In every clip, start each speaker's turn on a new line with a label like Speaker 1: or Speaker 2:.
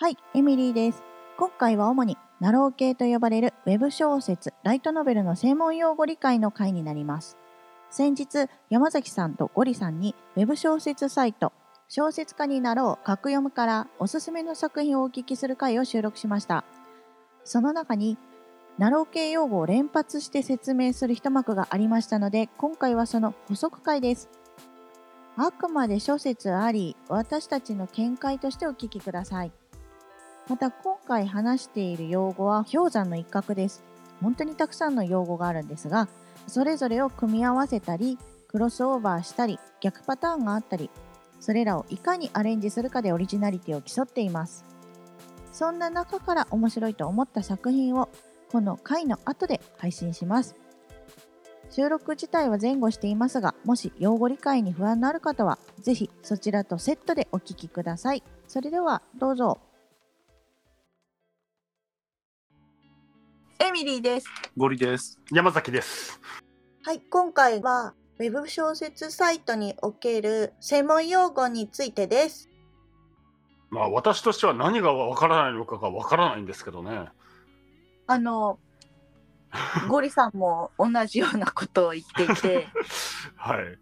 Speaker 1: はい、エミリーです。今回は主にナロー系と呼ばれるウェブ小説、ライトノベルの専門用語理解の回になります。先日、山崎さんとゴリさんにウェブ小説サイト、小説家になろう、格読むからおすすめの作品をお聞きする回を収録しました。その中に、ナロー系用語を連発して説明する一幕がありましたので、今回はその補足回です。あくまで諸説あり、私たちの見解としてお聞きください。また今回話している用語は氷山の一角です本当にたくさんの用語があるんですがそれぞれを組み合わせたりクロスオーバーしたり逆パターンがあったりそれらをいかにアレンジするかでオリジナリティを競っていますそんな中から面白いと思った作品をこの回の後で配信します収録自体は前後していますがもし用語理解に不安のある方はぜひそちらとセットでお聞きくださいそれではどうぞエミリーです
Speaker 2: ゴリです。
Speaker 3: 山崎です。
Speaker 1: はい、今回は Web 小説サイトにおける専門用語についてです。
Speaker 3: まあ私としては何がわからないのかがわからないんですけどね。
Speaker 4: あのゴリさんも同じようなことを言ってい て
Speaker 3: はい。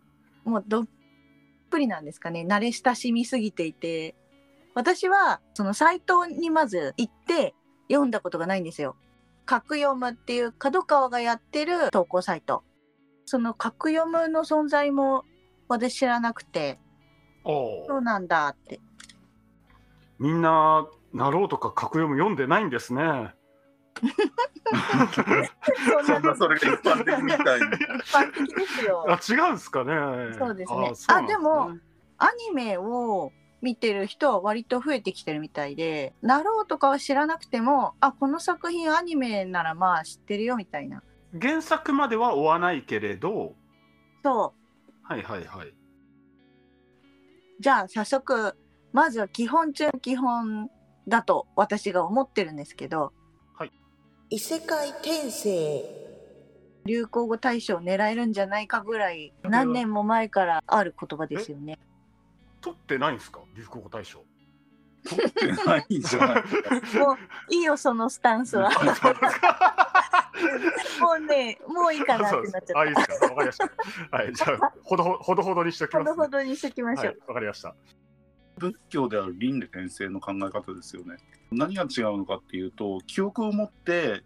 Speaker 4: もうどっぷりなんですかね慣れ親しみすぎていて私はそのサイトにまず行って読んだことがないんですよ。格読むっていう角川がやってる投稿サイトその格読むの存在も私知らなくて
Speaker 3: お
Speaker 4: そう
Speaker 3: お。
Speaker 4: なんだって
Speaker 3: みんななろうとか格読む読んでないんですね。
Speaker 4: そん
Speaker 2: そ
Speaker 4: なん
Speaker 2: な それが一般的みたいに。
Speaker 4: 一般的ですよ。
Speaker 3: あ違うんですかね。
Speaker 4: そうですね
Speaker 3: あそうなんすね
Speaker 4: あでもアニメを見てる人は割と増えてきてるみたいで、なろうとかは知らなくても、あ、この作品アニメならまあ知ってるよみたいな。
Speaker 3: 原作までは追わないけれど。
Speaker 4: そ
Speaker 3: はいはいはい。
Speaker 4: う。じゃあ早速、まずは基本中の基本だと私が思ってるんですけど、
Speaker 5: 異世界転生
Speaker 4: 流行語大賞狙えるんじゃないかぐらい何年も前からある言葉ですよね。
Speaker 3: 取ってないんですか流行語大賞。
Speaker 2: 取ってないじゃない。
Speaker 4: もういいよ、そのスタン スは。もうね、もういいかなっ
Speaker 3: そうで
Speaker 4: て
Speaker 3: す
Speaker 4: なっちゃ
Speaker 3: あ
Speaker 4: っ
Speaker 3: いいですか。わかりました。はいじゃあほどほほどほどにしとき
Speaker 4: た。
Speaker 3: ま
Speaker 4: ほ
Speaker 3: す、
Speaker 4: どほどにしときましょう。
Speaker 3: はいわかりました。
Speaker 2: 仏教である輪廻転生の考え方ですよね。何が違うのかっていうと、記憶を持って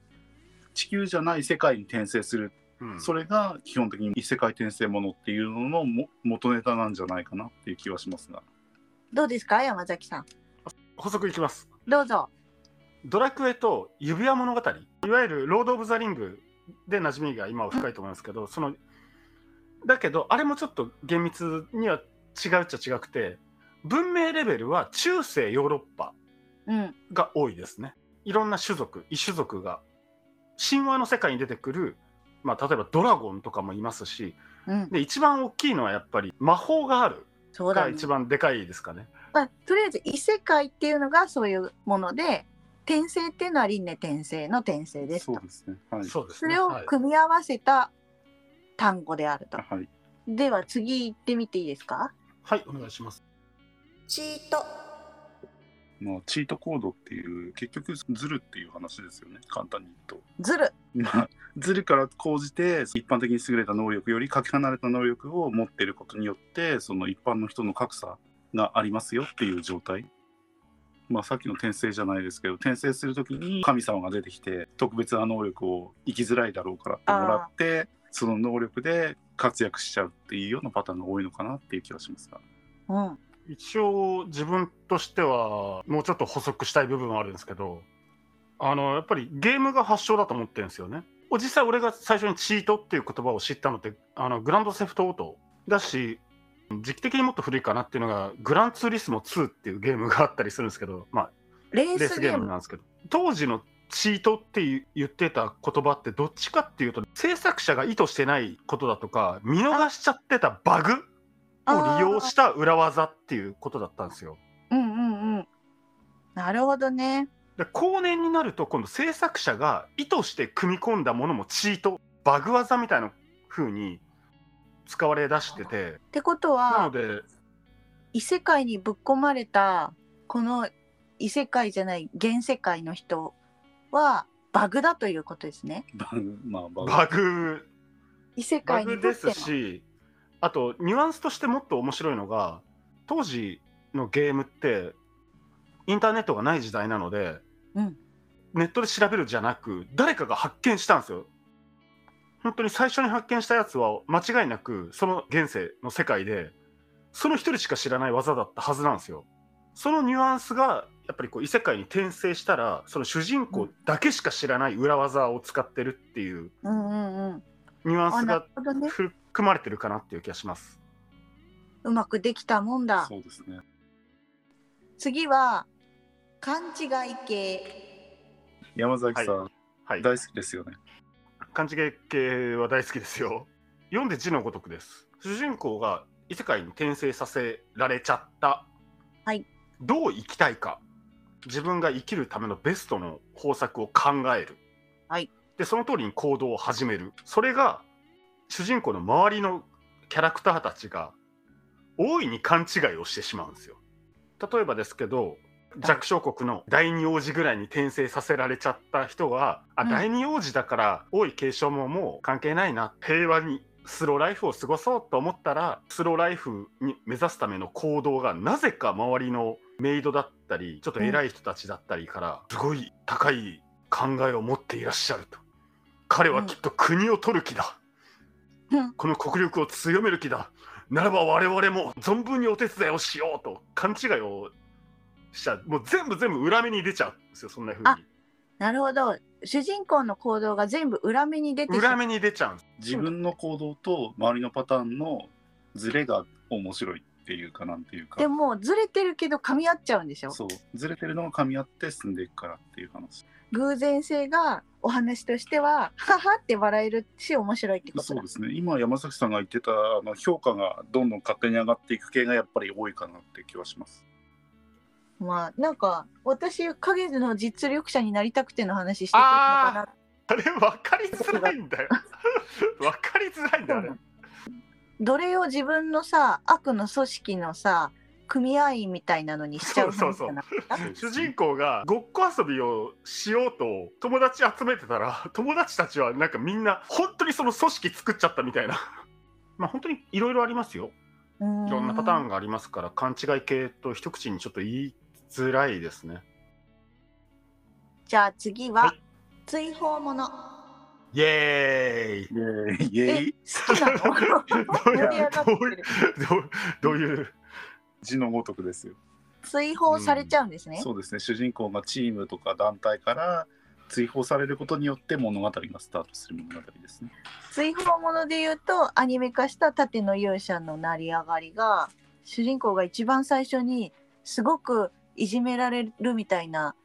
Speaker 2: 地球じゃない世界に転生する。
Speaker 3: うん
Speaker 2: それが基本的に異世界転生ものっていうののも元ネタなんじゃないかなっていう気はしますが。
Speaker 4: どうですか、山崎さん。
Speaker 3: 補足いきます。
Speaker 4: どうぞ。
Speaker 3: ドラクエと指輪物語いわゆる「ロード・オブ・ザ・リング」で馴染みが今は深いと思いますけどそのだけどあれもちょっと厳密には違うっちゃ違くて文明レベルは中世ヨーロッパ
Speaker 4: うん。
Speaker 3: が多いですねいろんな種族異種族が神話の世界に出てくる、まあ、例えばドラゴンとかもいますし
Speaker 4: うん。
Speaker 3: で一番大きいのはやっぱり魔法がある
Speaker 4: そうだ、
Speaker 3: が
Speaker 4: ね。
Speaker 3: 一番でかいですかね。
Speaker 4: まあ、とりあえず異世界っていうのがそういうもので転生っていうのは輪廻転生の転生です
Speaker 2: そ
Speaker 4: と
Speaker 2: うですね。はい。
Speaker 3: そうです
Speaker 4: そ
Speaker 3: ね
Speaker 4: れを
Speaker 3: はい
Speaker 4: 組み合わせた単語であると、
Speaker 2: はい。
Speaker 4: では次行ってみていいですか
Speaker 3: はい、お願いします。
Speaker 5: チート
Speaker 2: まあ、チートコードっていう、結局ずるっていう話ですよね。簡単に言うと。
Speaker 4: ずる
Speaker 2: まあ、ズルから講じて一般的に優れた能力よりかけ離れた能力を持っていることによってその一般の人の格差がありますよっていう状態、まあ、さっきの転生じゃないですけど転生する時に神様が出てきて特別な能力を生きづらいだろうからってもらってその能力で活躍しちゃうっていうようなパターンが多いのかなっていう気がしますが
Speaker 4: うん
Speaker 3: 一応自分としてはもうちょっと補足したい部分はあるんですけどあのやっぱりゲームが発祥だと思ってるんですよね実際俺が最初にチートっていう言葉を知ったのってあのグランドセフトオートだし時期的にもっと古いかなっていうのがグランツーリスモ2っていうゲームがあったりするんですけどまあ
Speaker 4: レ
Speaker 3: レ
Speaker 4: ー
Speaker 3: ー
Speaker 4: ス
Speaker 3: ス
Speaker 4: ゲ
Speaker 3: ゲ
Speaker 4: ー
Speaker 3: ー
Speaker 4: ム
Speaker 3: ムなんですけど当時のチートって言ってた言葉ってどっちかっていうと制作者が意図してないことだとか見逃しちゃってたバグを利用した裏技っていうことだったんですよ。
Speaker 4: うんうんうんなるほどね
Speaker 3: で後年になると今度制作者が意図して組み込んだものもチートバグ技みたいな風に使われ出してて
Speaker 4: ってこと
Speaker 3: なの
Speaker 4: は
Speaker 3: で
Speaker 4: 異世界にぶっ込まれたこの異世界じゃない現世界の人はバグだということですね。
Speaker 2: バグ、まあ、バグ。
Speaker 3: バグ
Speaker 4: 異世
Speaker 3: バ
Speaker 4: 界に
Speaker 3: グ
Speaker 4: と
Speaker 3: で
Speaker 4: っての
Speaker 3: すしあとニュアンスとしてもっと面白いのが当時のゲームってインターネットがない時代なので、
Speaker 4: うん
Speaker 3: ネットで調べるじゃなく誰かが発見したんですよ本当に最初に発見したやつは間違いなくその現世の世界でその一人しか知らない技だったはずなんですよそのニュアンスがやっぱりこう異世界に転生したらその主人公だけしか知らない裏技を使ってるっていう
Speaker 4: うんうんうん。
Speaker 3: ニュアン
Speaker 4: あ
Speaker 3: ス
Speaker 4: な
Speaker 3: が
Speaker 4: るほどね。
Speaker 3: 含まれてるかなっていう気がします。
Speaker 4: うまくできたもんだ。
Speaker 2: そうですね。
Speaker 4: 次は勘違い系。
Speaker 2: 山崎さん、
Speaker 3: はい。
Speaker 2: 大好きですよね。
Speaker 3: 勘違い系は大好きですよ。読んで字のごとくです。主人公が異世界に転生させられちゃった。
Speaker 4: はい。
Speaker 3: どう生きたいか。自分が生きるためのベストの方策を考える。
Speaker 4: はい。
Speaker 3: で、その通りに行動を始める。それが、主人公の周りのキャラクターたちが、大いに勘違いをしてしまうんですよ。例えばですけど、弱小国の第二王子ぐらいに転生させられちゃった人は、あ、
Speaker 4: うん
Speaker 3: 第二王子だから王位継承ももう関係ないな平和にスローライフを過ごそうと思ったらスローライフに目指すための行動がなぜか周りのメイドだったりちょっと偉い人たちだったりから、すごい高い考えを持っていらっしゃると彼はきっと国を取る気だ、
Speaker 4: うん
Speaker 3: この国力を強める気だならば我々も存分にお手伝いをしようと勘違いをしちゃうもう全部全部裏目に出ちゃうんですよそんな風
Speaker 4: あ
Speaker 3: に
Speaker 4: なるほど。主人公の行動が全部裏目に出てしま
Speaker 3: 裏
Speaker 4: う
Speaker 3: 目に出ちゃうんです
Speaker 2: 自分の行動と周りのパターンのズレが面白いっていうかなんていうか。
Speaker 4: でもずれてるけど噛み合っちゃうんでしょ
Speaker 2: そうずれてるのが噛み合って進んでいくからっていう話
Speaker 4: 偶然性がお話としてはハハって笑えるし面白いってこと
Speaker 2: そう
Speaker 4: だ
Speaker 2: ですね今山崎さんが言ってたあの評価がどんどん勝手に上がっていく系がやっぱり多いかなって気はします
Speaker 4: まあなんか私影の実力者になりたくての話してくるのか
Speaker 3: あれ分かりづらいんだよ 分かりづらいんだよあれ
Speaker 4: な奴隷を自分のさ悪の組織のさ組合員みたいなのにしちゃう
Speaker 3: そうそうそう
Speaker 4: 話じ
Speaker 3: 主人公がごっこ遊びをしようと友達集めてたら 友達たちはなんかみんな本当にその組織作っちゃったみたいな まあ本当にいろいろありますよ
Speaker 4: ゃない
Speaker 3: いろんなパター
Speaker 4: ン
Speaker 3: ンがありますから勘違い系と一口にちょっと言いづらいですね
Speaker 4: じゃあ次は、
Speaker 3: は
Speaker 4: 追放もの
Speaker 3: イエーイ
Speaker 2: イエーイイエ
Speaker 4: え
Speaker 2: ーイ
Speaker 4: 好 きなの 盛り上がって
Speaker 3: どうい
Speaker 4: る
Speaker 3: どうどういう
Speaker 2: 字のごとくですよ
Speaker 4: 追放されちゃうんですね、
Speaker 2: そうですね主人公がチームとか団体から追放されることによって物語がスタートする物語ですね
Speaker 4: 追放もので言うとアニメ化した「盾の勇者の成り上がりが」主人公が一番最初にすごくいじめられるみたいな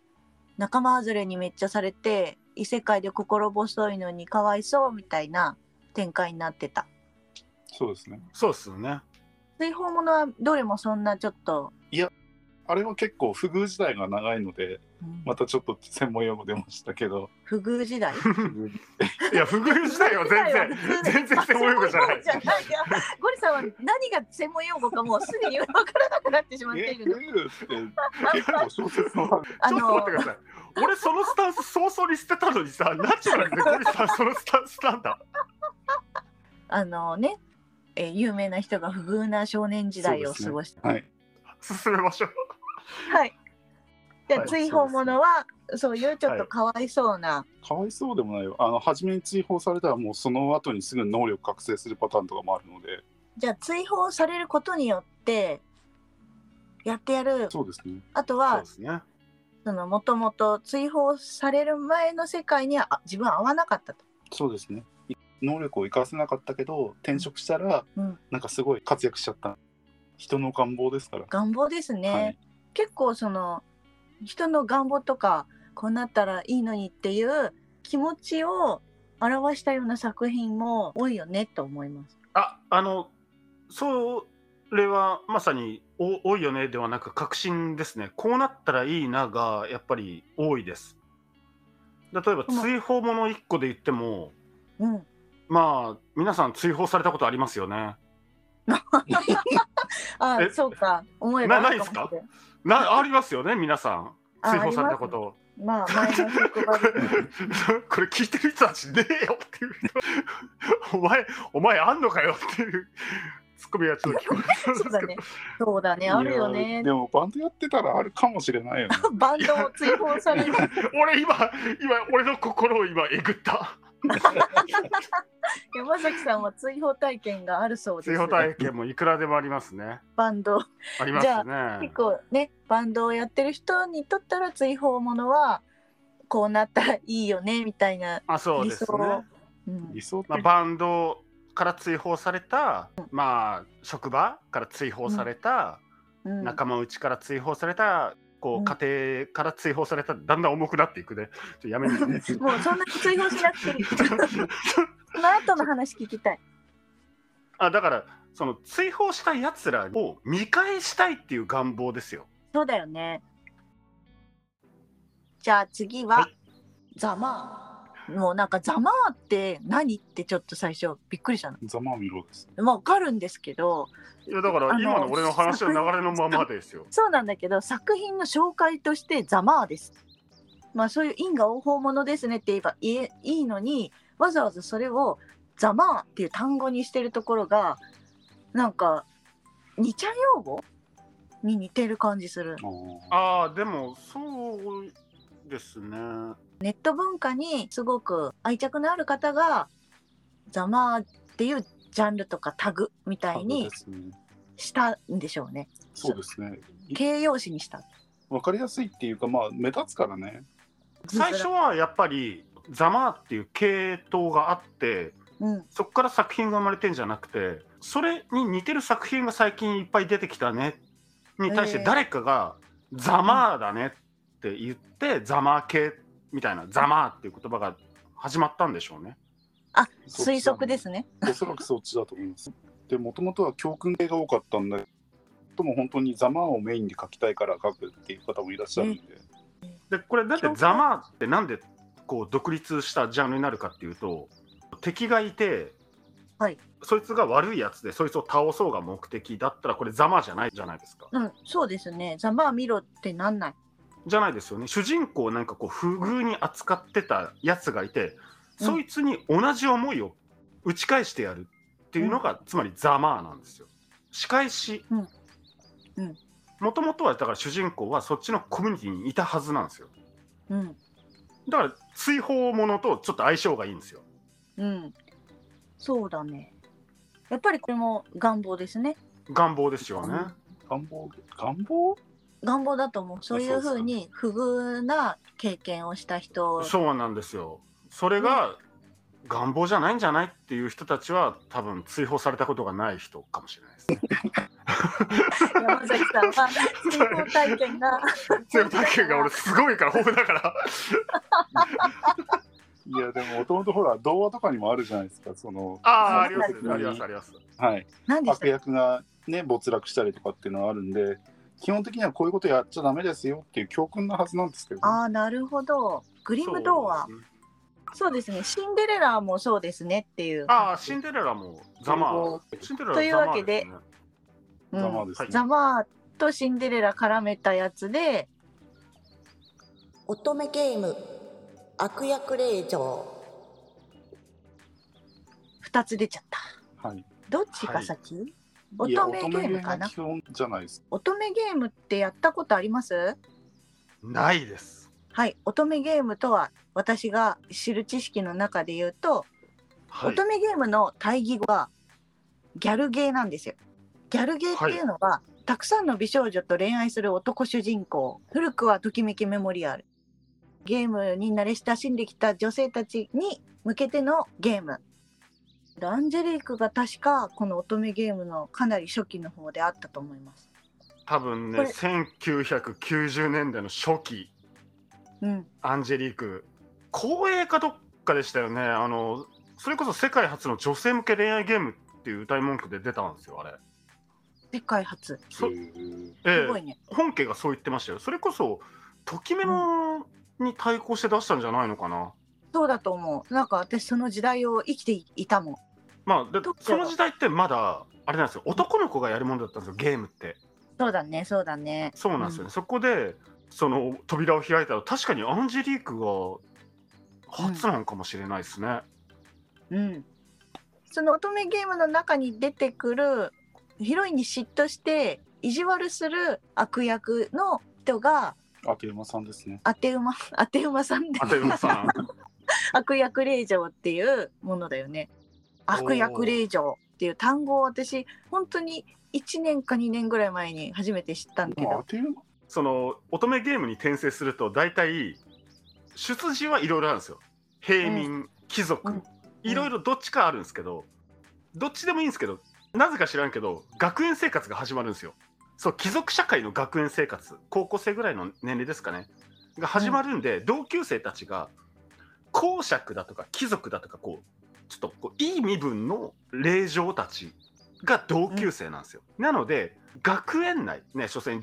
Speaker 4: 仲間外れにめっちゃされて異世界で心細いのにかわいそうみたいな展開になってた
Speaker 2: そうですね
Speaker 3: そうっすよね
Speaker 4: 追放ものはどれもそんなちょっと、
Speaker 2: あれは結構不遇時代が長いので
Speaker 4: うん
Speaker 2: またちょっと専門用語出ましたけど
Speaker 4: 不遇時代
Speaker 3: いや不遇時代は全
Speaker 4: 不遇時代は
Speaker 3: 然
Speaker 4: 普通で
Speaker 3: 全然専門用語じゃない
Speaker 4: あ専門用語じゃないいやゴリさんは何が専門用語かもうすでに分からなくなってしまって
Speaker 2: え
Speaker 4: い
Speaker 2: 不
Speaker 4: るの
Speaker 2: 遇って結構小説の
Speaker 4: あ
Speaker 3: ちょっと
Speaker 4: の
Speaker 3: 待ってください。俺そのスタンス早々に捨てたのに さ、ナチュラルでゴリさんそのスタンスなんだ。
Speaker 4: あのね、えー有名な人が不遇な少年時代を過ごした。
Speaker 2: はい
Speaker 3: 進めましょう。
Speaker 4: はい。じゃあ、
Speaker 2: はい
Speaker 4: 追放者はそういうちょっとかわいそうな、
Speaker 2: かわいそうでもないよあの初めに追放されたらもうその後にすぐ能力覚醒するパターンとかもあるので
Speaker 4: じゃあ追放されることによってやってやる
Speaker 2: そうですね
Speaker 4: あと
Speaker 3: そう
Speaker 4: は
Speaker 3: ですね。
Speaker 4: そのもともと追放される前の世界にはあ自分は合わなかったと。
Speaker 2: そうですねい能力を活かせなかったけど転職したら
Speaker 4: うん
Speaker 2: なんかすごい活躍しちゃった人の願望ですから、
Speaker 4: 願望ですね、
Speaker 2: はい、
Speaker 4: 結構その人の願望とかこうなったらいいのにっていう気持ちを表したような作品も多いよねと思います。
Speaker 3: あ、あの、それはまさにお多いよねではなく確信ですね。こうなったらいいながやっぱり多いです。例えば
Speaker 4: うん
Speaker 3: 追放もの一個で言っても、
Speaker 4: うん、
Speaker 3: まあ皆さん追放されたことありますよね。
Speaker 4: あ
Speaker 3: え
Speaker 4: そうか思えば
Speaker 3: なないですかなありますよね皆さん。
Speaker 4: あ
Speaker 3: 追放されたことを。
Speaker 4: まあ前の職場で
Speaker 3: これ聞いてる人たちねえよっていう人お前お前あんのかよっていうツッコミがちょっと聞こえたんで
Speaker 4: そう
Speaker 3: すけど
Speaker 4: だねそうだねあるよ
Speaker 2: いや
Speaker 4: ね
Speaker 2: でもバンドやってたらあるかもしれないよね。
Speaker 4: バンドを追放され る
Speaker 3: 俺今今俺の心を今えぐった
Speaker 4: 山崎さんは追放体験があるそうです
Speaker 3: 追放体験もいくらでもありますね
Speaker 4: バンド
Speaker 3: ありますね
Speaker 4: 結構ねバンドをやってる人にとったら追放ものはこうなったらいいよねみたいな、
Speaker 3: あそうです
Speaker 4: 理想
Speaker 3: ね、
Speaker 4: うん
Speaker 2: 理想的
Speaker 3: まあ、バンドから追放された、まあ職場から追放された、
Speaker 4: うん
Speaker 3: 仲間内から追放されたこ
Speaker 4: う
Speaker 3: うん家庭から追放されただんだん重くなっていくねちょっとやめにね
Speaker 4: もうそんなに追放しなくていい その後の話聞きたい
Speaker 3: あだからその追放したやつらを見返したいっていう願望ですよ。
Speaker 4: そうだよねじゃあ次は、
Speaker 3: は
Speaker 4: ざまあもうなんかざまあって何ってちょっと最初びっくりしたの
Speaker 2: ざまあみろです。
Speaker 4: まあわかるんですけど
Speaker 3: いやだから
Speaker 4: あの
Speaker 3: 今の俺の話の流れのままで すよ。
Speaker 4: そうなんだけど作品の紹介としてざまあですまあそういう因果応報ものですねって言えばいえいいのにわざわざそれをざまあっていう単語にしてるところがなんか二ちゃん用語に似てる感じする
Speaker 2: あ
Speaker 3: ああでもそうですね。
Speaker 4: ネット文化にすごく愛着のある方が「ざまあ」っていうジャンルとかタグみた
Speaker 2: あ
Speaker 4: いにしたんでしょうね
Speaker 2: そうですね。
Speaker 4: 形容詞にした
Speaker 2: わかりやすいっていうか、まあ、目立つからね。
Speaker 3: 最初はやっぱり「ざま」っていう系統があって
Speaker 4: うん
Speaker 3: そこから作品が生まれてんじゃなくてそれに似てる作品が最近いっぱい出てきたねに対して
Speaker 4: えー
Speaker 3: 誰かが「ざまだね」って言って「ざま系」みたいな「ざま」っていう言葉が始まったんでしょうね。
Speaker 4: 推測ですね
Speaker 2: おそらくそっちだと思います。で、もともとは教訓系が多かったんだけど、とも本当にざまあをメインで書きたいから書くっていう方もいらっしゃるんで、
Speaker 3: でこれだって「ざま」ってなんでこう独立したジャンルになるかっていうと敵がいて、
Speaker 4: はい
Speaker 3: そいつが悪いやつでそいつを倒そうが目的だったらこれ「ざま」じゃないじゃないですか。
Speaker 4: うんそうですね「ざまあ見ろ」ってなんない
Speaker 3: じゃないですよね主人公をなんかこう不遇に扱ってたやつがいて
Speaker 4: うん
Speaker 3: そいつに同じ思いを打ち返してやるっていうのが、つまり「ざまあ」なんですよ。仕返し
Speaker 4: うんうん
Speaker 3: もともとはだから主人公はそっちのコミュニティにいたはずなんですよ
Speaker 4: うん
Speaker 3: だから追放ものとちょっと相性がいいんですよ
Speaker 4: うんそうだねやっぱりこれも願望ですね
Speaker 3: 願望ですよね。
Speaker 2: 願望、願望
Speaker 4: 願望だと思うそういうふうに不遇な経験をした人
Speaker 3: そうなんですよ。それが願望じゃないんじゃないっていう人たちは多分追放されたことがない人かもしれない ですね。
Speaker 4: 山崎さん は追放体験 が
Speaker 3: 追放体験が俺すごいから豊富だから。
Speaker 2: いや、でも、もともとほら、童話とかにもあるじゃないですか、その、
Speaker 3: あああ
Speaker 4: そ
Speaker 3: り
Speaker 4: う
Speaker 3: ま
Speaker 4: なん
Speaker 3: す
Speaker 4: です
Speaker 2: ね
Speaker 3: ありますあります。
Speaker 2: はい。
Speaker 4: 何でし
Speaker 2: 悪
Speaker 4: た
Speaker 2: 役がね没落したりとかっていうのはあるんで基本的にはこういうことやっちゃダメですよっていう教訓なはずなんですけどね、
Speaker 4: ああなるほどグリム童話
Speaker 3: そうです
Speaker 4: そうですね
Speaker 3: ね
Speaker 4: シンデレラもそうですねっていう
Speaker 3: ああシンデレラもざまあ。シンデレラ
Speaker 4: というわけでう
Speaker 3: ざまあすね
Speaker 4: ん
Speaker 2: ざまあですね、
Speaker 3: はい
Speaker 4: ザマーとシンデレラ絡めたやつで
Speaker 5: 乙女ゲーム悪役令嬢
Speaker 4: 2つ出ちゃった
Speaker 2: はい
Speaker 4: どっちが先、
Speaker 2: い
Speaker 4: 乙
Speaker 2: や
Speaker 4: 女ゲームかな
Speaker 2: 乙女ゲームが基本じゃないです
Speaker 4: 乙女ゲームってやったことあります
Speaker 3: ないです。
Speaker 4: はい乙女ゲームとは私が知る知識の中で言うと、
Speaker 3: はい
Speaker 4: 乙女ゲームの対義語はギャルゲーなんですよギャルゲーっていうのは、たくさんの美少女と恋愛する男主人公古くはときめきメモリアルゲームに慣れ親しんできた女性たちに向けてのゲームアンジェリークが確かこの乙女ゲームのかなり初期の方であったと思います
Speaker 3: 多分ね
Speaker 4: これ
Speaker 3: 1990年代の初期
Speaker 4: うん
Speaker 3: アンジェリーク公営かどっかでしたよねあのそれこそ世界初の女性向け恋愛ゲームっていう歌い文句で出たんですよあれ、
Speaker 4: 世界初
Speaker 3: そ
Speaker 2: へー
Speaker 3: え
Speaker 4: すごい
Speaker 3: え
Speaker 4: ね、
Speaker 3: 本家がそう言ってましたよそれこそときめもに対抗して出したんじゃないのかな、
Speaker 4: そうだと思うなんか私その時代を生きていたもん
Speaker 3: まあで
Speaker 4: どっかが
Speaker 3: その時代ってまだあれなんですよ男の子がやるものだったんですよゲームって
Speaker 4: そうだねそうだね
Speaker 3: そうなんですよね、
Speaker 4: うん
Speaker 3: そこでその扉を開いたら確かにアンジェリークが初なのかもしれないですね、
Speaker 4: うん、その乙女ゲームの中に出てくるヒロインに嫉妬して意地悪する悪役の人が
Speaker 2: あけ馬さんですね。
Speaker 4: 当て 馬当て馬さんで
Speaker 3: 当て馬さん
Speaker 4: 悪役令嬢っていうものだよね。悪役令嬢っていう単語を私本当に1年か2年ぐらい前に初めて知ったんだけ
Speaker 2: まあ、当
Speaker 4: ど、
Speaker 2: て馬
Speaker 3: その乙女ゲームに転生すると大体出自はいろいろあるんですよ平民、貴
Speaker 4: う
Speaker 3: 族
Speaker 4: ん
Speaker 3: いろいろどっちかあるんですけどどっちでもいいんですけどなぜか知らんけど学園生活が始まるんですよそう貴族社会の学園生活高校生ぐらいの年齢ですかねが始まるんで、同級生たちが公爵だとか貴族だとかこうちょっとこういい身分の令嬢たちが同級生なんですよ、なので学園内ね所詮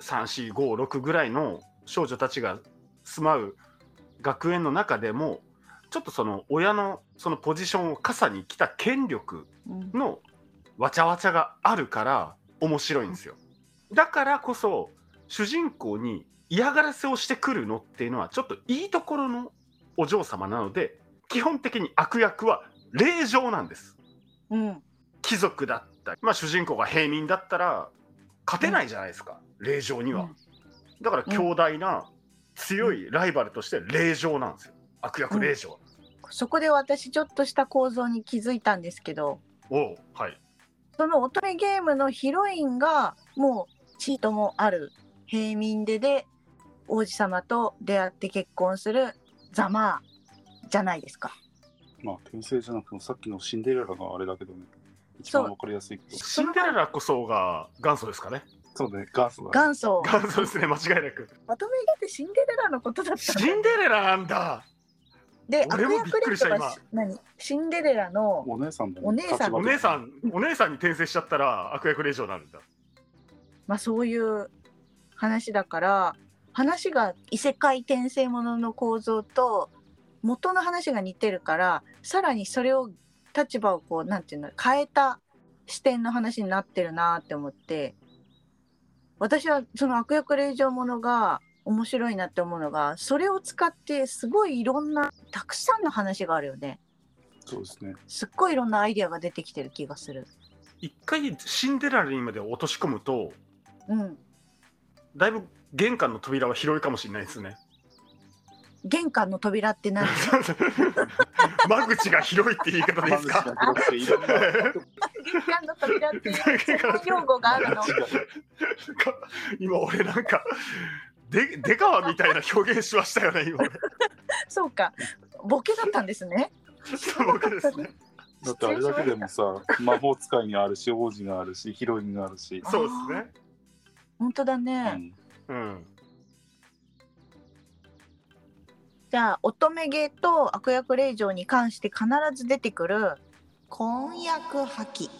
Speaker 3: 13456ぐらいの少女たちが住まう学園の中でもちょっとその親のそのポジションを傘に来た権力
Speaker 4: うん
Speaker 3: のわちゃわちゃがあるから面白いんですよだからこそ主人公に嫌がらせをしてくるのっていうのはちょっといいところのお嬢様なので基本的に悪役は令嬢なんです
Speaker 4: うん
Speaker 3: 貴族だったり、まあ、主人公が平民だったら勝てないじゃないですか、令嬢には、
Speaker 4: うん
Speaker 3: だから強大な強いライバルとして令嬢なんですよ悪役令嬢、
Speaker 4: そこで私ちょっとした構造に気づいたんですけど
Speaker 3: おうはい
Speaker 4: その乙女ゲームのヒロインがもうチートもある平民でで王子様と出会って結婚するざまあじゃないですか。
Speaker 2: まあ、転生じゃなくても、さっきのシンデレラがあれだけどね。一番
Speaker 4: そう
Speaker 2: わかりやすいけど。
Speaker 3: シンデレラこそが元祖ですかね
Speaker 2: そうね、ガースが。
Speaker 4: 元祖
Speaker 3: 元祖ですね間違いなく
Speaker 4: 乙女ゲーってシンデレラのことだった
Speaker 3: シ
Speaker 4: んだ
Speaker 3: ンデレラなんだ
Speaker 4: で悪
Speaker 3: 俺もびっく
Speaker 4: 役
Speaker 3: り
Speaker 4: レ
Speaker 3: し
Speaker 4: ッ
Speaker 3: た
Speaker 4: ドが何シンデレラの
Speaker 2: お姉さんだね。
Speaker 4: お姉さん
Speaker 2: 立場
Speaker 3: お
Speaker 2: 的に
Speaker 3: 姉さんお姉さんに転生しちゃったら悪役令嬢になるんだ
Speaker 4: まあそういう話だから話が異世界転生ものの構造と元の話が似てるからさらにそれを立場をこうなんていうの変えた視点の話になってるなって思って私はその悪役令嬢ものが面白いなって思うのがそれを使ってすごいいろんなたくさんの話があるよね
Speaker 2: そうですね。
Speaker 4: すっごいいろんなアイデアが出てきてる気がする。
Speaker 3: 一回シンデレラにまで落とし込むと
Speaker 4: うん
Speaker 3: だいぶ玄関の扉は広いかもしれないですね
Speaker 4: 玄関の扉って何
Speaker 3: 間口が広いって言い方でいいですか
Speaker 2: 間口が広くていろんな
Speaker 4: 玄関の扉って専門用語があ るの
Speaker 3: 今俺なんかで出川みたいな表現しましたよね今
Speaker 4: そうかボケだったんですね
Speaker 3: そう僕ですね
Speaker 2: だってあれだけで もさ、魔法使いがあるし、王子があるし、ヒロインがあるし。
Speaker 3: そうですね
Speaker 4: 本当だ
Speaker 2: う
Speaker 4: ね、
Speaker 2: ん、
Speaker 3: うん
Speaker 4: じゃあ乙女芸と悪役令嬢に関して必ず出てくる
Speaker 5: 婚約破棄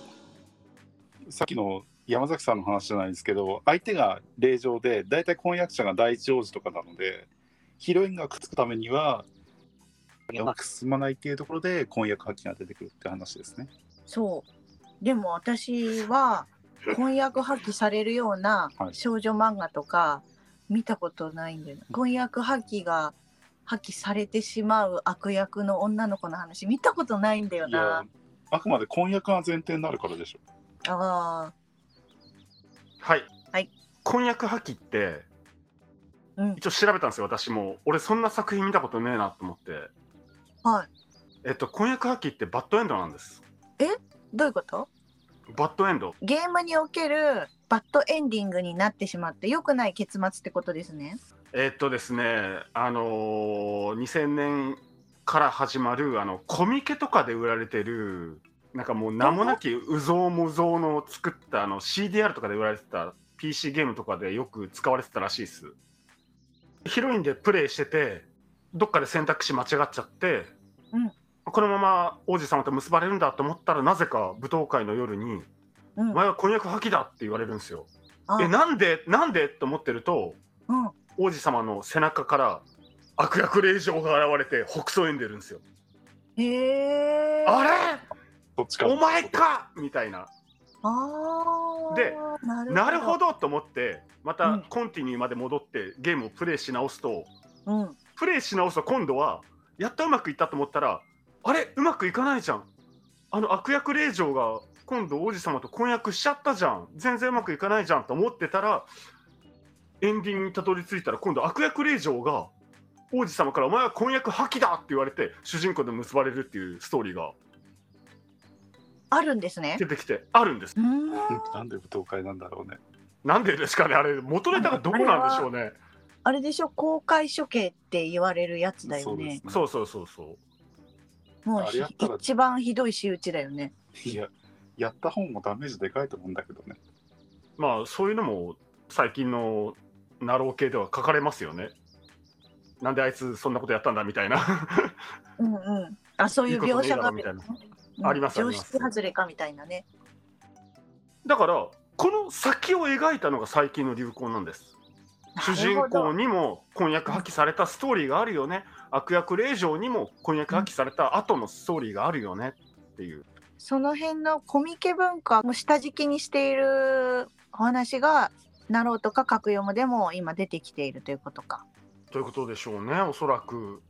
Speaker 2: さっきの山崎さんの話じゃないですけど、相手が令嬢で、大体婚約者が第一王子とかなので、ヒロインがくっつくためには、うまく進まないっていうところで婚約破棄が出てくるって話ですね。
Speaker 4: そうでも私は婚約破棄されるような
Speaker 2: はい
Speaker 4: 少女漫画とか見たことないんだよね、婚約破棄が破棄されてしまう悪役の女の子の話見たことないんだよ
Speaker 2: い
Speaker 4: な
Speaker 2: や、あくまで婚約が前提になるからでしょ。
Speaker 4: あ
Speaker 3: はい、
Speaker 4: はい、
Speaker 3: 婚約破棄って
Speaker 4: あうん
Speaker 3: 一応調べたんですよ私も俺そんな作品見たことねえなと思って
Speaker 4: はい
Speaker 3: えっと婚約破棄ってバッドエンドなんです
Speaker 4: どういうこと
Speaker 3: バッドエンド
Speaker 4: ゲームにおけるバッドエンディングになってしまって良くない結末ってことですね。
Speaker 3: えっとですねあのー2000年から始まるあのコミケとかで売られてるなんかもう名もなきうぞうむぞうの作ったあの CDR とかで売られてた PC ゲームとかでよく使われてたらしいですヒロインでプレイしててどっかで選択肢間違っちゃって、
Speaker 4: うん
Speaker 3: このまま王子様と結ばれるんだと思ったらなぜか舞踏会の夜に
Speaker 4: う
Speaker 3: 「お
Speaker 4: ん、
Speaker 3: 前は婚約破棄だ」って言われるんですよ。
Speaker 4: あ
Speaker 3: えなんでなんでと思ってると
Speaker 4: うん、
Speaker 3: 王子様の背中から悪役令嬢が現れて北総んでるんですよ。
Speaker 4: へえ。
Speaker 3: あ
Speaker 2: どっちか
Speaker 3: れお前かみたいな。
Speaker 4: あー
Speaker 3: で
Speaker 4: なる
Speaker 3: なるほ
Speaker 4: ど、
Speaker 3: どと思ってま
Speaker 4: う
Speaker 3: た
Speaker 4: ん
Speaker 3: コンティニューまで戻ってゲームをプレイし直すと
Speaker 4: うん、
Speaker 3: プレイし直すと今度はやったうまくいったと思ったらあれうまくいかないじゃんあの悪役令嬢が今度王子様と婚約しちゃったじゃん全然うまくいかないじゃんと思ってたらエンディングにたどり着いたら今度悪役令嬢が王子様から「お前は婚約破棄だ!」って言われて主人公で結ばれるっていうストーリーが
Speaker 4: あるんですね
Speaker 3: 出てきてあるんです
Speaker 4: うーん
Speaker 2: なんで舞踏会なんだろうね。
Speaker 3: なんでですかねあれ元ネタがどこなんでしょうね
Speaker 4: あれでしょ公開処刑って言われるやつだよ
Speaker 2: そうです
Speaker 4: ね
Speaker 2: ね。
Speaker 3: そうそうそうそう
Speaker 4: もう
Speaker 2: あれやったら
Speaker 4: 一番ひどい仕打ちだよね
Speaker 2: いや、やった本もダメージでかいと思うんだけどね。
Speaker 3: まあそういうのも最近のナロー系では書かれますよね。なんであいつそんなことやったんだみたいな
Speaker 4: うんうんあそういう描写があるよね
Speaker 3: いいことねなありますあ
Speaker 4: 常
Speaker 3: ります
Speaker 4: 識外れかみたいなね
Speaker 3: だからこの先を描いたのが最近の流行なんです主人公にも婚約破棄されたストーリーがあるよね悪役令嬢にも婚約破棄された後のストーリーがあるよねっていう
Speaker 4: その辺のコミケ文化も下敷きにしているお話がなろうとか格読むでも今出てきているということか。
Speaker 3: ということでしょうねおそらく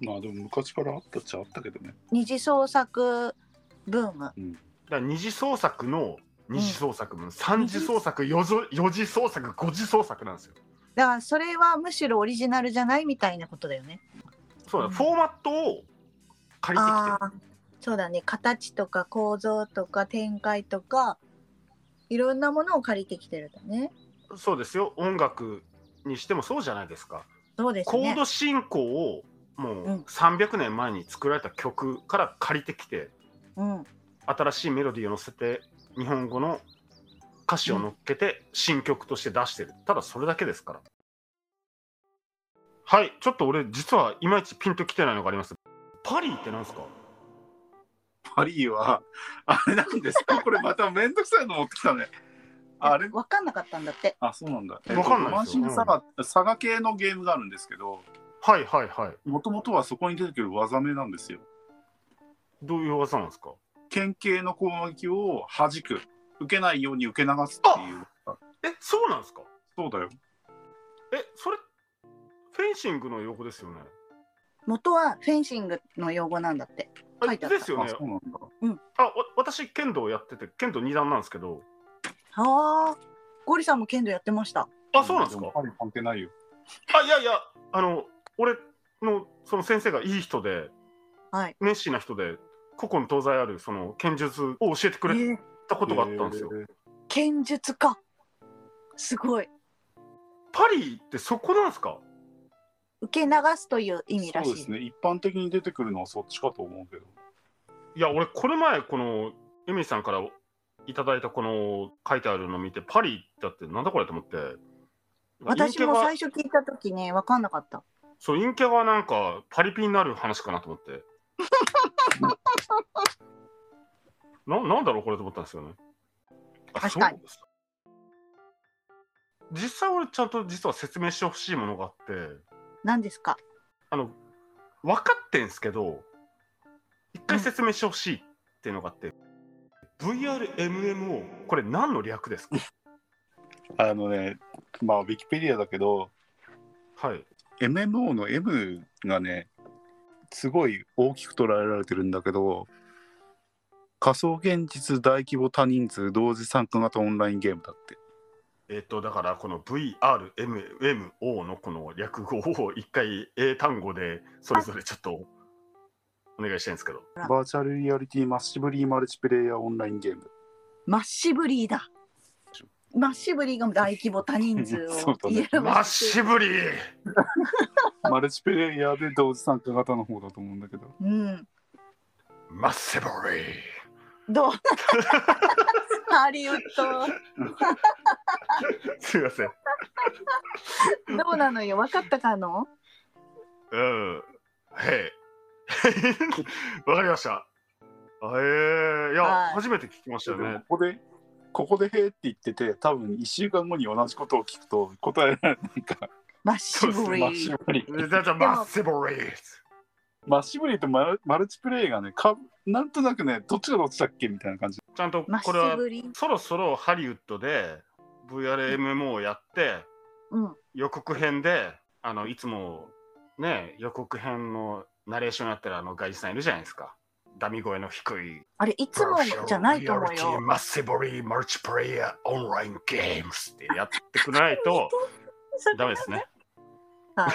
Speaker 2: まあでも昔からあったっちゃあったけどね。
Speaker 4: 二次創作ブーム。
Speaker 3: だから二次創作の二次創作分、三次創作四次四次創作五次創作なんですよ
Speaker 4: だからそれはむしろオリジナルじゃないみたいなことだよね。
Speaker 3: そうだ、
Speaker 4: うん
Speaker 3: フォーマットを借りてきてる
Speaker 4: ああー、そうだね。形とか構造とか展開とかいろんなものを借りてきてるんだね。
Speaker 3: そうですよ音楽にしてもそうじゃないですか
Speaker 4: そうです
Speaker 3: コー
Speaker 4: ね
Speaker 3: ド。進行をもうんう300年前に作られた曲から借りてきて
Speaker 4: うん。
Speaker 3: 新しいメロディーを載せて日本語の歌詞を乗っけて新曲として出してるただそれだけですからはいちょっと俺実はいまいちピンときてないのがありますパリーってなんですか
Speaker 2: パリーは、あれなんですかこれまためんどくさいの持ってきたね。あれ
Speaker 4: わかんなかったんだって。
Speaker 2: あ、そうなんだ。
Speaker 3: わかんない
Speaker 2: マ
Speaker 3: で
Speaker 2: ン
Speaker 3: す
Speaker 2: シ
Speaker 3: よ
Speaker 2: ンサガ、サガ系のゲームがあるんですけど、
Speaker 3: はいはいはい
Speaker 2: もともとはそこに出てくる技名なんですよ。
Speaker 3: どういう技なんですか
Speaker 2: 剣系の攻撃を弾く。受けないように受け流すっていう。
Speaker 3: えそうなんですか
Speaker 2: そうだよ。
Speaker 3: えそれフェンシングの用語ですよね
Speaker 4: 元はフェンシングの用語なんだって。書いてあった
Speaker 3: ですよ
Speaker 2: あ、
Speaker 3: ね
Speaker 2: そうなんだ。
Speaker 3: あわ私剣道やってて剣道二段なんですけど
Speaker 4: はあ。ゴリさんも剣道やってました。
Speaker 3: あそうなんですか
Speaker 2: もパリー関係ないよ。
Speaker 3: あいやいやあの俺のその先生がいい人で
Speaker 4: はい。
Speaker 3: 熱心な人で古今東西あるその剣術を教えてく
Speaker 4: え
Speaker 3: れ
Speaker 4: ー
Speaker 3: たことがあったんですよ、
Speaker 2: へー
Speaker 4: 剣術かすごい
Speaker 3: パリってそこなんですか
Speaker 4: 受け流すという意味らしい
Speaker 2: そうですね一般的に出てくるのはそっちかと思うけど
Speaker 3: いや俺これ前このエミさんからいただいたこの書いてあるの見てパリだってなんだこれと思って
Speaker 4: 私
Speaker 3: 陰キャ
Speaker 4: も
Speaker 3: が
Speaker 4: 最初聞いた時ね分かんなかった
Speaker 3: そう陰キャがなんかパリピになる話かなと思 ってななんだろうこれと思ったんですよねあ
Speaker 4: 確かに
Speaker 3: そうです実際俺ちゃんと実は説明してほしいものがあって
Speaker 4: 何ですか
Speaker 3: あの分かってんすけど一回説明してほしいっていうのがあって、VRMMO これ何の 略ですか
Speaker 2: あのねまあウィキペディアだけど
Speaker 3: はい、
Speaker 2: MMO の M がねすごい大きく捉えられてるんだけど仮想現実大規模多人数同時参加型オンラインゲームだって
Speaker 3: えっとだからこの VRMMO のこの略語を一回英単語でそれぞれちょっとお願いしたいんですけど
Speaker 2: バーチャルリアリティマッシブリーマルチプレイヤーオンラインゲーム
Speaker 4: マッシブリーだマッシブリーが大規模多人数
Speaker 2: そ
Speaker 4: を
Speaker 2: うだね
Speaker 4: 言える
Speaker 3: マッシブリー
Speaker 2: マルチプレイヤーで同時参加型の方だと思うんだけど
Speaker 4: うん
Speaker 3: マッシブリー
Speaker 4: どう ハリウッド
Speaker 3: すいません
Speaker 4: どうなのよ分かったかの
Speaker 3: うん。へえ。 わかりました。あえー、いや、
Speaker 4: はい
Speaker 3: 初めて聞きましたよね。
Speaker 2: ここでここで「へーって言ってて多分1週間後に同じことを聞くと答えられないから
Speaker 4: マッシブリー
Speaker 2: ブリー
Speaker 3: じゃあ、じゃあマッシブリーズ。
Speaker 2: まあ、シブリーとマルマルチプレイがねか、なんとなくね、どっちがどっちだっけみたいな感じ。
Speaker 3: ちゃんと
Speaker 4: マッシ
Speaker 3: これは
Speaker 4: ブリン
Speaker 3: そろそろハリウッドで VRMMO をやって
Speaker 4: うん
Speaker 3: 予告編であのいつもね予告編のナレーションやったらあの外人さんいるじゃないですか。ダミ声の低い。
Speaker 4: あれいつもじゃないと思うよ
Speaker 3: マッシブリーマルチプレイヤーオンラインゲームスってやってくれないと ダメですね。
Speaker 4: はい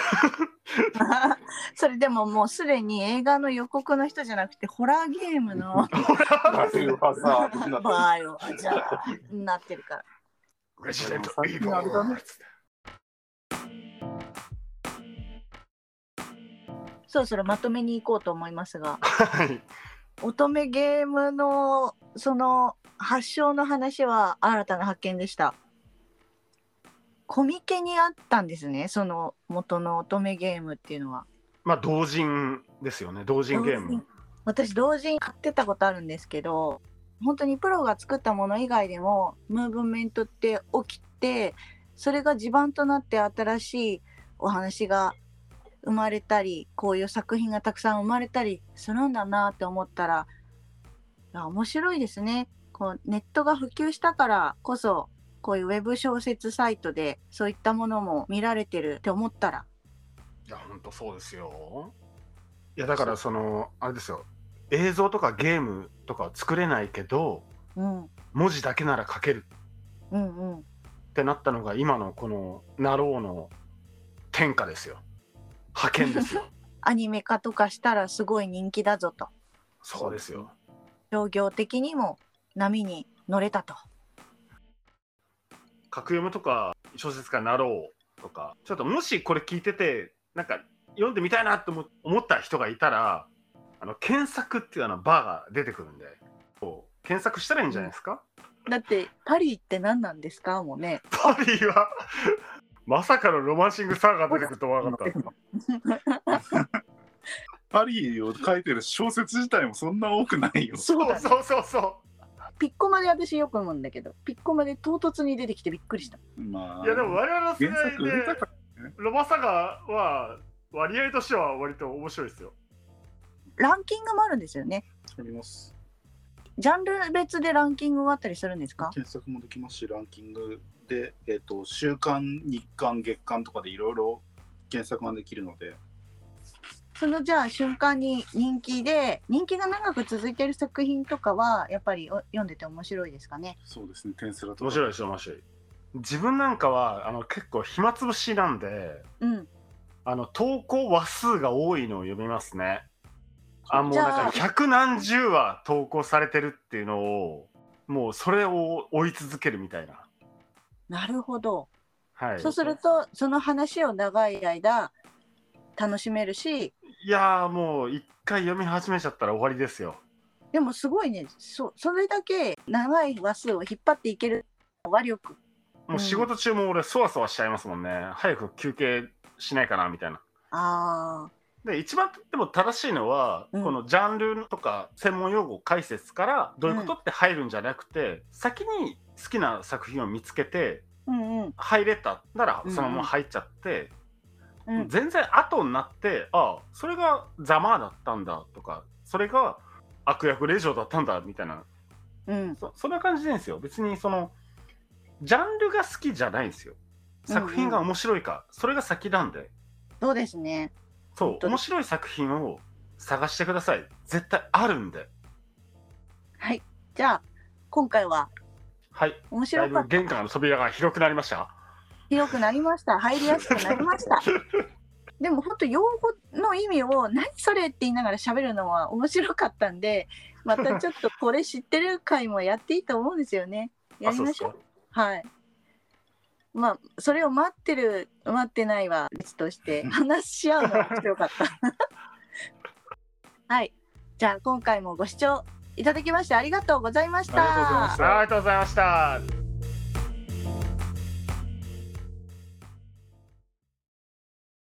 Speaker 4: それでももうすでに映画の予告の人じゃなくてホラーゲームの
Speaker 2: あ
Speaker 4: 場合をじゃあなってるから
Speaker 3: レジ
Speaker 2: デントイービル
Speaker 4: そろそろまとめに行こうと思いますが
Speaker 3: はい。
Speaker 4: 乙女ゲームのその発祥の話は新たな発見でしたコミケにあったんですねその元の乙女ゲームっていうのは
Speaker 3: まあ同人ですよね。同人ゲ
Speaker 4: 同
Speaker 3: ーム
Speaker 4: 人。私同人買ってたことあるんですけど本当にプロが作ったもの以外でもムーブメントって起きてそれが地盤となって新しいお話が生まれたりこういう作品がたくさん生まれたりするんだなって思ったらいや面白いですねこうネットが普及したからこそこういうウェブ小説サイトでそういったものも見られてるって思ったら
Speaker 3: いや、本当そうですよ。いや、だから、その、あれですよ。映像とかゲームとかは作れないけど、
Speaker 4: うんうん
Speaker 3: 文字だけなら書ける
Speaker 4: うん
Speaker 3: ってなったのが、今のこの、ナローの天下ですよ。派遣ですよ。
Speaker 4: アニメ化とかしたらすごい人気だぞと。
Speaker 3: そうですよ。
Speaker 4: 商業的にも波に乗れたと。
Speaker 3: 格読むとか、小説家ナローとか、ちょっともしこれ聞いてて、なんか、読んでみたいなと思思った人がいたら、あの、検索っていうあのバーが出てくるんで、こう検索したらいいんじゃないですか、
Speaker 4: だってパリって何なんですかもうね。
Speaker 3: パリは まさかのロマンシングサーが出てくるとは思 わなかった。
Speaker 2: パリを書いてる小説自体もそんな多くないよ。
Speaker 4: そうだね。
Speaker 3: そうそうそ
Speaker 4: ピッコマで私よく思うんだけど、ピッコマで唐突に出てきてびっくりした。
Speaker 2: ま
Speaker 3: う。
Speaker 2: あ、
Speaker 3: いやでも我々の世
Speaker 2: 原
Speaker 3: 代
Speaker 2: 作売れた
Speaker 3: で
Speaker 2: から
Speaker 3: ロマサガは割合としては割と面白いですよ。
Speaker 4: ランキングもあるんですよね。
Speaker 2: あります。
Speaker 4: ジャンル別でランキングがあったりするんですか
Speaker 2: 検索もできますし、ランキングで、えっと週刊、日刊、月刊とかでいろいろ検索ができるので、
Speaker 4: そのじゃあ瞬間に人気で、人気が長く続いてる作品とかは、やっぱりお読んでて面白いですかね。
Speaker 2: そうですね、テンスラとか。
Speaker 3: 面白いですよ面白い。自分なんかはあの結構暇つぶしなんで
Speaker 4: うん。
Speaker 3: あの投稿話数が多いのを読みますね。あもう
Speaker 4: じゃあ
Speaker 3: なんか百何十話投稿されてるっていうのをもうそれを追い続けるみたいな。
Speaker 4: なるほど。
Speaker 3: はい、
Speaker 4: そうすると、その話を長い間楽しめるし、
Speaker 3: いやーもう一回読み始めちゃったら終わりですよ。
Speaker 4: でもすごいねそそれだけ長い話数を引っ張っていける和力
Speaker 3: もう仕事中も俺そわそわしちゃいますもんね、早く休憩しないかなみたいな。
Speaker 4: あ
Speaker 3: で一番でも正しいのは、
Speaker 4: うん
Speaker 3: このジャンルとか専門用語解説からどういうことって入るんじゃなくて、先に好きな作品を見つけて
Speaker 4: ーうんうん
Speaker 3: 入れたならそのまま入っちゃって、
Speaker 4: うん
Speaker 3: 全然後になってああそれが「ざま」だったんだとかそれが「悪役令嬢」だったんだみたいな
Speaker 4: うん
Speaker 3: そそんな感じでいいんですよ別にそのジャンルが好きじゃないんですよ作品が面白いか、それが先なんで
Speaker 4: そうですね
Speaker 3: そ
Speaker 4: 本当
Speaker 3: う
Speaker 4: に
Speaker 3: 面白い作品を探してください絶対あるんで
Speaker 4: はいじゃあ今回は
Speaker 3: はい
Speaker 4: 面
Speaker 3: だい
Speaker 4: 白か
Speaker 3: ぶ
Speaker 4: った
Speaker 3: 玄関の扉が広くなりました
Speaker 4: 広くなりました入りやすくなりました でも本当用語の意味を「何それ」って言いながら喋るのは面白かったんでまたちょっとこれ知ってる回もやっていいと思うんですよねや
Speaker 3: あ
Speaker 4: り
Speaker 3: そう
Speaker 4: ま
Speaker 3: で
Speaker 4: し
Speaker 3: す
Speaker 4: ょう
Speaker 3: か
Speaker 4: はい。まあそれを待ってる待ってないは別として話し合うのが面白かった。 はい。じゃあ今回もご視聴いただきましてありがとうございました。
Speaker 2: ありがとうございました
Speaker 3: ありがとうございました